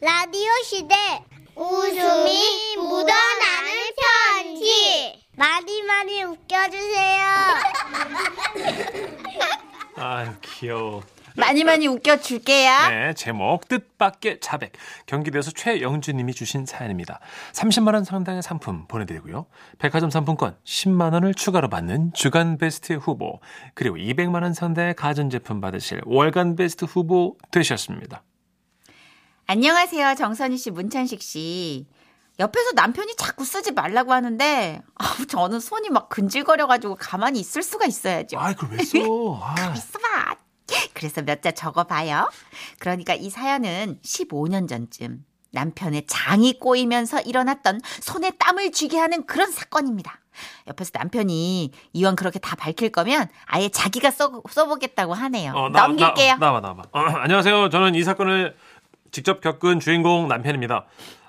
라디오 시대 웃음이 묻어나는 편지 많이 많이 웃겨주세요. 아 귀여워. 많이 많이 웃겨줄게요. 네, 제목 뜻밖의 자백. 경기도에서 최영주님이 주신 사연입니다. 30만 원 상당의 상품 보내드리고요. 백화점 상품권 10만 원을 추가로 받는 주간 베스트 후보 그리고 200만 원 상당의 가전제품 받으실 월간 베스트 후보 되셨습니다. 안녕하세요. 정선희 씨, 문찬식 씨. 옆에서 남편이 자꾸 쓰지 말라고 하는데 아우, 저는 손이 막 근질거려가지고 가만히 있을 수가 있어야죠. 아, 그걸 왜 써? 아, 있어봐. 그래서 몇 자 적어봐요. 그러니까 이 사연은 15년 전쯤 남편의 장이 꼬이면서 일어났던 손에 땀을 쥐게 하는 그런 사건입니다. 옆에서 남편이 이왕 그렇게 다 밝힐 거면 아예 자기가 써, 써보겠다고 하네요. 어, 나- 넘길게요. 나, 나와 나와. 어, 안녕하세요. 저는 이 사건을 직접 겪은 주인공 남편입니다.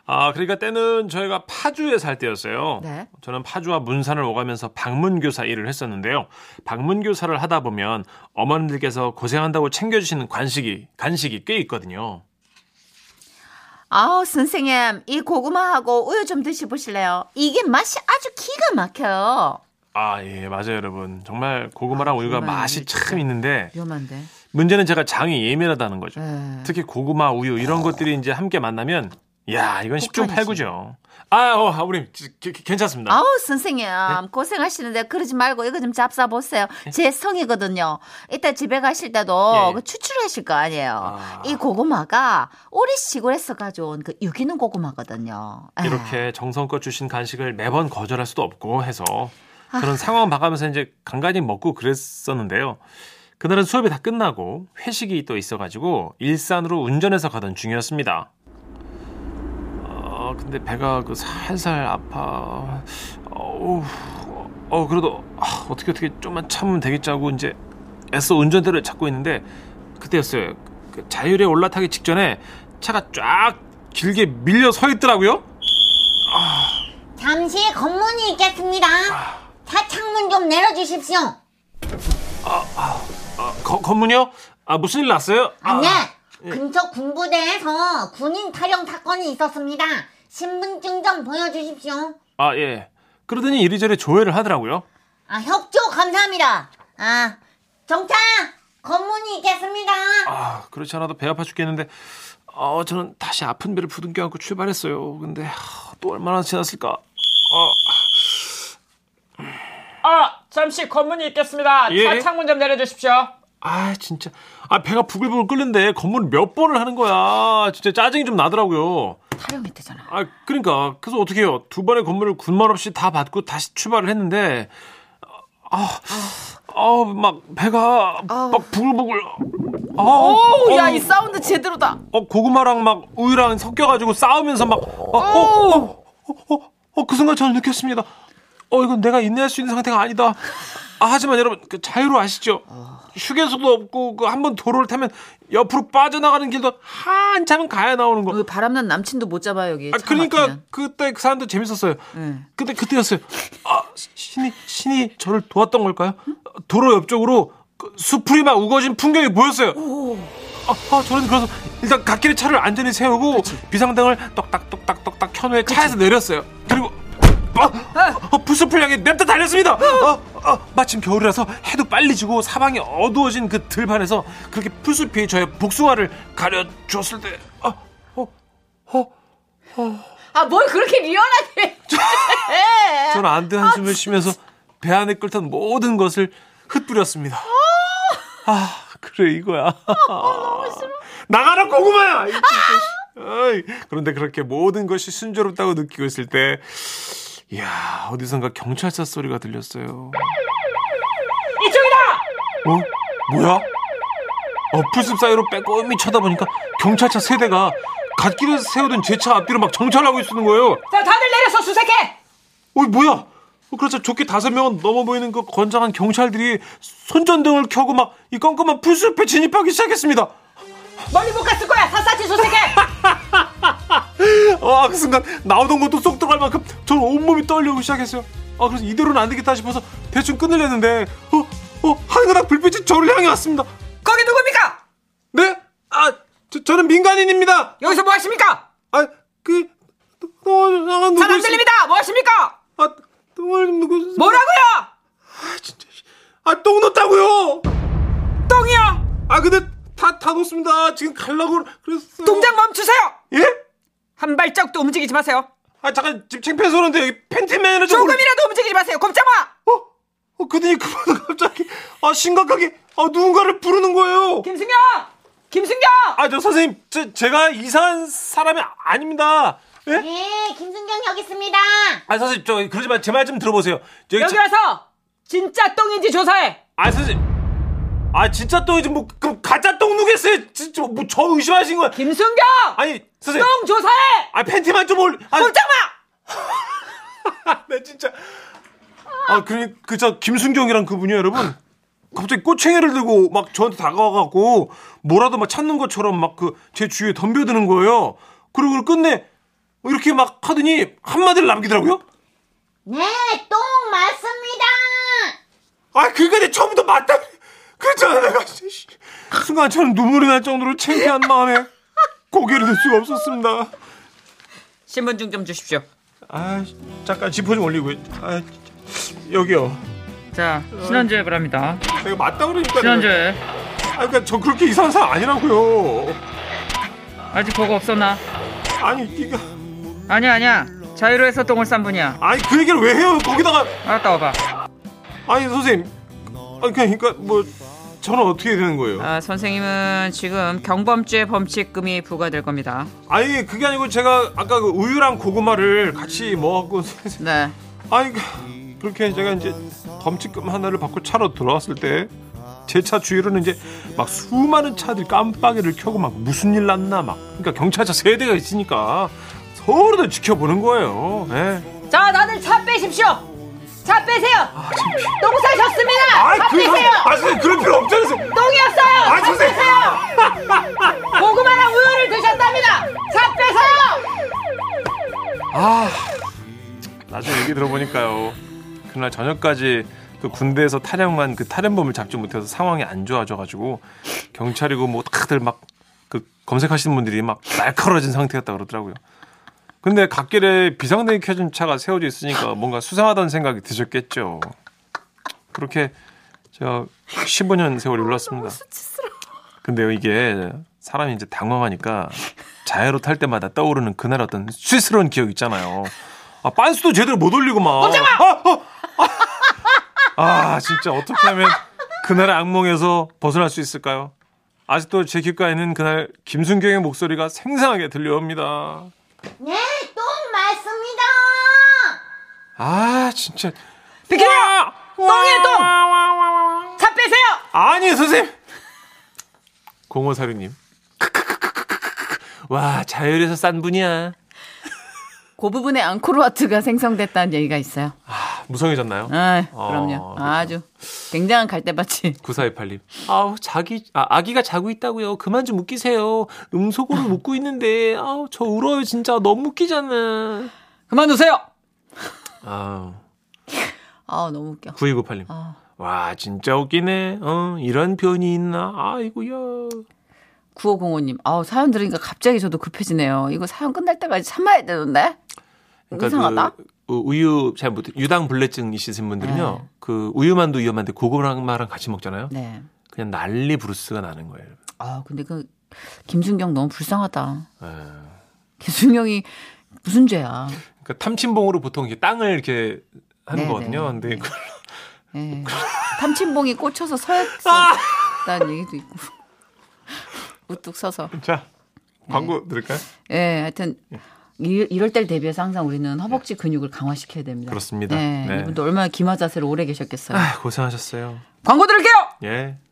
아 그러니까 때는 저희가 파주에 살 때였어요. 네. 저는 파주와 문산을 오가면서 방문교사 일을 했었는데요. 방문교사를 하다 보면 어머님들께서 고생한다고 챙겨주시는 관식이 간식이 꽤 있거든요. 아우 선생님 이 고구마하고 우유 좀 드셔보실래요? 이게 맛이 아주 기가 막혀요. 아 예 맞아요 여러분 정말 고구마랑 우유가 아, 정말 맛이 진짜. 참 있는데 위험한데. 문제는 제가 장이 예민하다는 거죠. 네. 어. 특히 고구마, 우유 이런 것들이 이제 함께 만나면 야 이건 십중 폭탄이지. 팔구죠. 아, 어, 아버님 지- 기- 기- 괜찮습니다. 아우 선생님 네? 고생하시는데 그러지 말고 이거 좀 잡숴 보세요. 제 성이거든요. 이따 집에 가실 때도 예. 그 추출하실 거 아니에요. 아. 이 고구마가 오리 시골에서 가져온 그 유기농 고구마거든요. 예, 에. 이렇게 정성껏 주신 간식을 매번 거절할 수도 없고 해서 그런 상황 봐가면서 이제 간간히 먹고 그랬었는데요. 그날은 수업이 다 끝나고 회식이 또 있어가지고 일산으로 운전해서 가던 중이었습니다. 아 근데 배가 그 살살 아파. 어우, 어 그래도 아, 어떻게 어떻게 좀만 참으면 되겠지 하고 이제 애써 운전대를 찾고 있는데 그때였어요. 그 자율에 올라타기 직전에 차가 쫙 길게 밀려 서 있더라고요. 잠시 검문이 있겠습니다. 차 창문 좀 내려주십시오. 아, 거- 건문이요? 아 무슨 일 났어요? 아, 네, 근처 군부대에서 군인 탈영 사건이 있었습니다. 신분증 좀 보여주십시오. 아 예. 그러더니 이리저리 조회를 하더라고요. 아, 협조 감사합니다. 아, 정차! 검문이 있겠습니다. 아 그렇지 않아도 배 아파 죽겠는데 어 저는 다시 아픈 배를 부둥켜 안고 출발했어요. 근데 하, 또 얼마나 지났을까? 아, 잠시 검문이 있겠습니다. 예. 차 창문 좀 내려주십시오. 아 진짜 아 배가 부글부글 끓는데 건문을 몇 번을 하는 거야. 진짜 짜증이 좀 나더라고요. 타령이 되잖아. 아 그러니까 그래서 어떻게 해요? 두 번의 건물을 군말 없이 다 받고 다시 출발을 했는데 아, 아아막 배가 막 부글부글 아, 오, 어, 야, 이 사운드 제대로다. 어, 고구마랑 막 우유랑 섞여가지고 싸우면서 막, 어, 어, 어, 어, 어, 어, 그 순간 저는 느꼈습니다. 어, 이건 내가 인내할 수 있는 상태가 아니다. 아, 하지만 여러분, 그 자유로 아시죠? 휴게소도 없고, 그 한 번 도로를 타면 옆으로 빠져나가는 길도 한참 가야 나오는 거. 어, 바람난 남친도 못 잡아 여기. 아, 차 그러니까 막히면. 그때 그 사람도 재밌었어요. 응. 근데 그때였어요. 아, 신이, 신이 저를 도왔던 걸까요? 도로 옆쪽으로 그 수풀이 막 우거진 풍경이 보였어요. 아, 아, 저는 그래서 일단 갓길에 차를 안전히 세우고 비상등을 똑딱똑딱똑딱 켠 후에 차에서 내렸어요. 그리고 아, 어, 불수풀 향에 냅다 달렸습니다. 아, 아, 마침 겨울이라서 해도 빨리 지고 사방이 어두워진 그 들판에서 그렇게 풀숲이 저의 복숭아를 가려줬을 때 아, 어, 어, 아, 뭘 그렇게 리얼하게. 해. 저는 안된 한숨을 쉬면서 배 안에 끓던 모든 것을 흩뿌렸습니다. 아, 그래 이거야. 나가라 고구마야. 이 진짜 씨. 아이, 그런데 그렇게 모든 것이 순조롭다고 느끼고 있을 때, 이야 어디선가 경찰차 소리가 들렸어요. 이쪽이다! 어? 뭐야? 어, 풀숲 사이로 빼꼼히 쳐다보니까 경찰차 세 대가 갓길에서 세우던 제 차 앞뒤로 막 정찰하고 있는 거예요. 자, 다들 내려서 수색해! 어이 뭐야? 그렇죠. 좋게 다섯 명은 넘어 보이는 그 건장한 경찰들이 손전등을 켜고 막 이 깜깜한 풀숲에 진입하기 시작했습니다. 멀리 못 갔을 거야! 샅샅이 수색해! 아, 그 순간 나오던 것도 쏙 들어갈 만큼 저는 온몸이 떨리고 시작했어요. 아, 그래서 이대로는 안 되겠다 싶어서 대충 끊으려는데 어, 어, 한 그닥 불빛이 저를 향해 왔습니다. 거기 누굽니까? 네? 아, 저, 저는 민간인입니다. 여기서 뭐 하십니까? 아, 그, 너, 너, 누구? 잘 안 들립니다. 뭐 하십니까? 아, 너, 누구? 뭐라고요? 아, 진짜. 씨. 아, 똥 넣었다고요. 똥이요. 아, 근데 다, 다 놓습니다. 지금 갈라고 그랬어요. 동작 멈추세요. 예? 한 발짝도 움직이지 마세요. 아, 잠깐, 지금 창피해서 그런데 여기 팬티맨을 좀. 조금이라도 움직이지 마세요. 꼼짝마. 어? 어, 그더니 그분 갑자기, 아, 심각하게, 아, 누군가를 부르는 거예요. 김승경! 김승경! 아, 저 선생님, 제, 제가 이상한 사람이 아닙니다. 예? 네, 김순경 여기 있습니다. 아, 선생님, 저, 그러지 마. 제 말 좀 들어보세요. 저기 여기 자- 와서 진짜 똥인지 조사해. 아, 선생님. 아, 진짜 똥이지 뭐, 그럼 가짜 똥 누겠어요? 진짜, 뭐, 저 의심하신 거예요? 김승경! 아니, 선생님. 똥 조사해! 아, 팬티만 좀 올, 아, 꼼짝마! 나 네, 진짜. 아, 그, 그, 저, 김순경이란 그분이 여러분. 갑자기 꼬챙이를 들고 막 저한테 다가와갖고 뭐라도 막 찾는 것처럼 막 그 제 주위에 덤벼드는 거예요. 그리고 끝내 이렇게 막 하더니 한마디를 남기더라고요. 네, 똥 맞습니다. 아, 그니까 내 처음부터 맞다. 그랬잖아, 내가. 씨, 씨. 순간 저는 눈물이 날 정도로 창피한 마음에 고개를 들 수가 없었습니다. 신분증 좀 주십시오. 아, 잠깐 지퍼 좀 올리고. 아, 여기요. 자, 신원조회 바랍니다. 내가 맞다 그러니까. 신원조회. 아, 그니까 저 그렇게 이상한 사람 아니라고요. 아직 보고 없었나? 아니, 이거. 아니야, 아니야. 자유로 해서 똥을 싼 분이야. 아니, 그 얘기를 왜 해요? 거기다가. 알았다, 와봐. 아니, 선생님. 아니, 그니까 뭐, 저는 어떻게 되는 거예요? 아, 선생님은 지금 경범죄 범칙금이 부과될 겁니다. 아니, 그게 아니고 제가 아까 그 우유랑 고구마를 같이 먹었고. 네. 아니 그- 그렇게 제가 이제 범칙금 하나를 받고 차로 돌아왔을 때 제 차 주위로는 이제 막 수많은 차들이 깜빡이를 켜고 막 무슨 일 났나 막 그러니까 경찰차 세 대가 있으니까 서로들 지켜보는 거예요. 예. 자, 다들 차 빼십시오. 차 빼세요. 똥 싸셨습니다. 아이, 그, 아, 선생님, 그럴 필요 없잖아요. 똥이 없어요. 아, 선생님. 고구마랑 우유를 드셨답니다. 차 빼세요. 아, 나중에 얘기 들어보니까요. 그날 저녁까지 그 군대에서 탈영한 그 탈영범을 잡지 못해서 상황이 안 좋아져가지고 경찰이고 뭐 다들 막 그 검색하시는 분들이 막 날카로워진 상태였다 그러더라고요. 근데 갓길에 비상등이 켜진 차가 세워져 있으니까 뭔가 수상하다는 생각이 드셨겠죠. 그렇게 제가 15년 세월이 흘렀습니다. 근데요 이게 사람이 이제 당황하니까 자해로 탈 때마다 떠오르는 그날 어떤 수치스러운 기억 있잖아요. 아 빤스도 제대로 못 올리고 막. 아, 아, 아. 아, 진짜 어떻게 하면 그날의 악몽에서 벗어날 수 있을까요? 아직도 제 귓가에는 그날 김순경의 목소리가 생생하게 들려옵니다. 네, 똥 맞습니다. 아 진짜 비켜요. 똥이에요, 똥. 똥 차 빼세요. 아니 선생님 공호사료님 와 자율에서 싼 분이야 그 부분에 앙코르와트가 생성됐다는 얘기가 있어요. 무성해졌나요? 아, 어, 그럼요. 그렇죠. 아주 굉장한 갈대밭이. 9428님 아우 자기 아, 아기가 자고 있다고요 그만 좀 웃기세요 아. 음속으로 웃고 있는데 아우 저 울어요 진짜 너무 웃기잖아 그만두세요. 아우 아, 너무 웃겨. 9298님 어. 와 진짜 웃기네 어 이런 변이 있나 아이고야 9505님. 아, 사연 들으니까 갑자기 저도 급해지네요. 이거 사연 끝날 때까지 참아야 되는데. 이상하다. 그 우- 우유 잘 못, 유당 불내증 있으신 분들은요, 네. 그 우유만도 위험한데 고구마랑 같이 먹잖아요. 네. 그냥 난리 브루스가 나는 거예요. 아, 근데 그 김순경 너무 불쌍하다. 예. 김순경이 무슨 죄야? 그러니까 탐침봉으로 보통 이렇게 땅을 이렇게 하는 네, 거거든요. 네. 근데 그- 예. 탐침봉이 꽂혀서 서였다는 얘기도 있고. 우뚝 서서. 자 네. 광고 들을까요? 예, 하여튼 이- 이럴 때를 대비해서 항상 우리는 허벅지 근육을 강화시켜야 됩니다. 그렇습니다. 예, 네. 이분도 얼마나 기마 자세로 오래 계셨겠어요. 아, 고생하셨어요. 광고 들을게요. 예.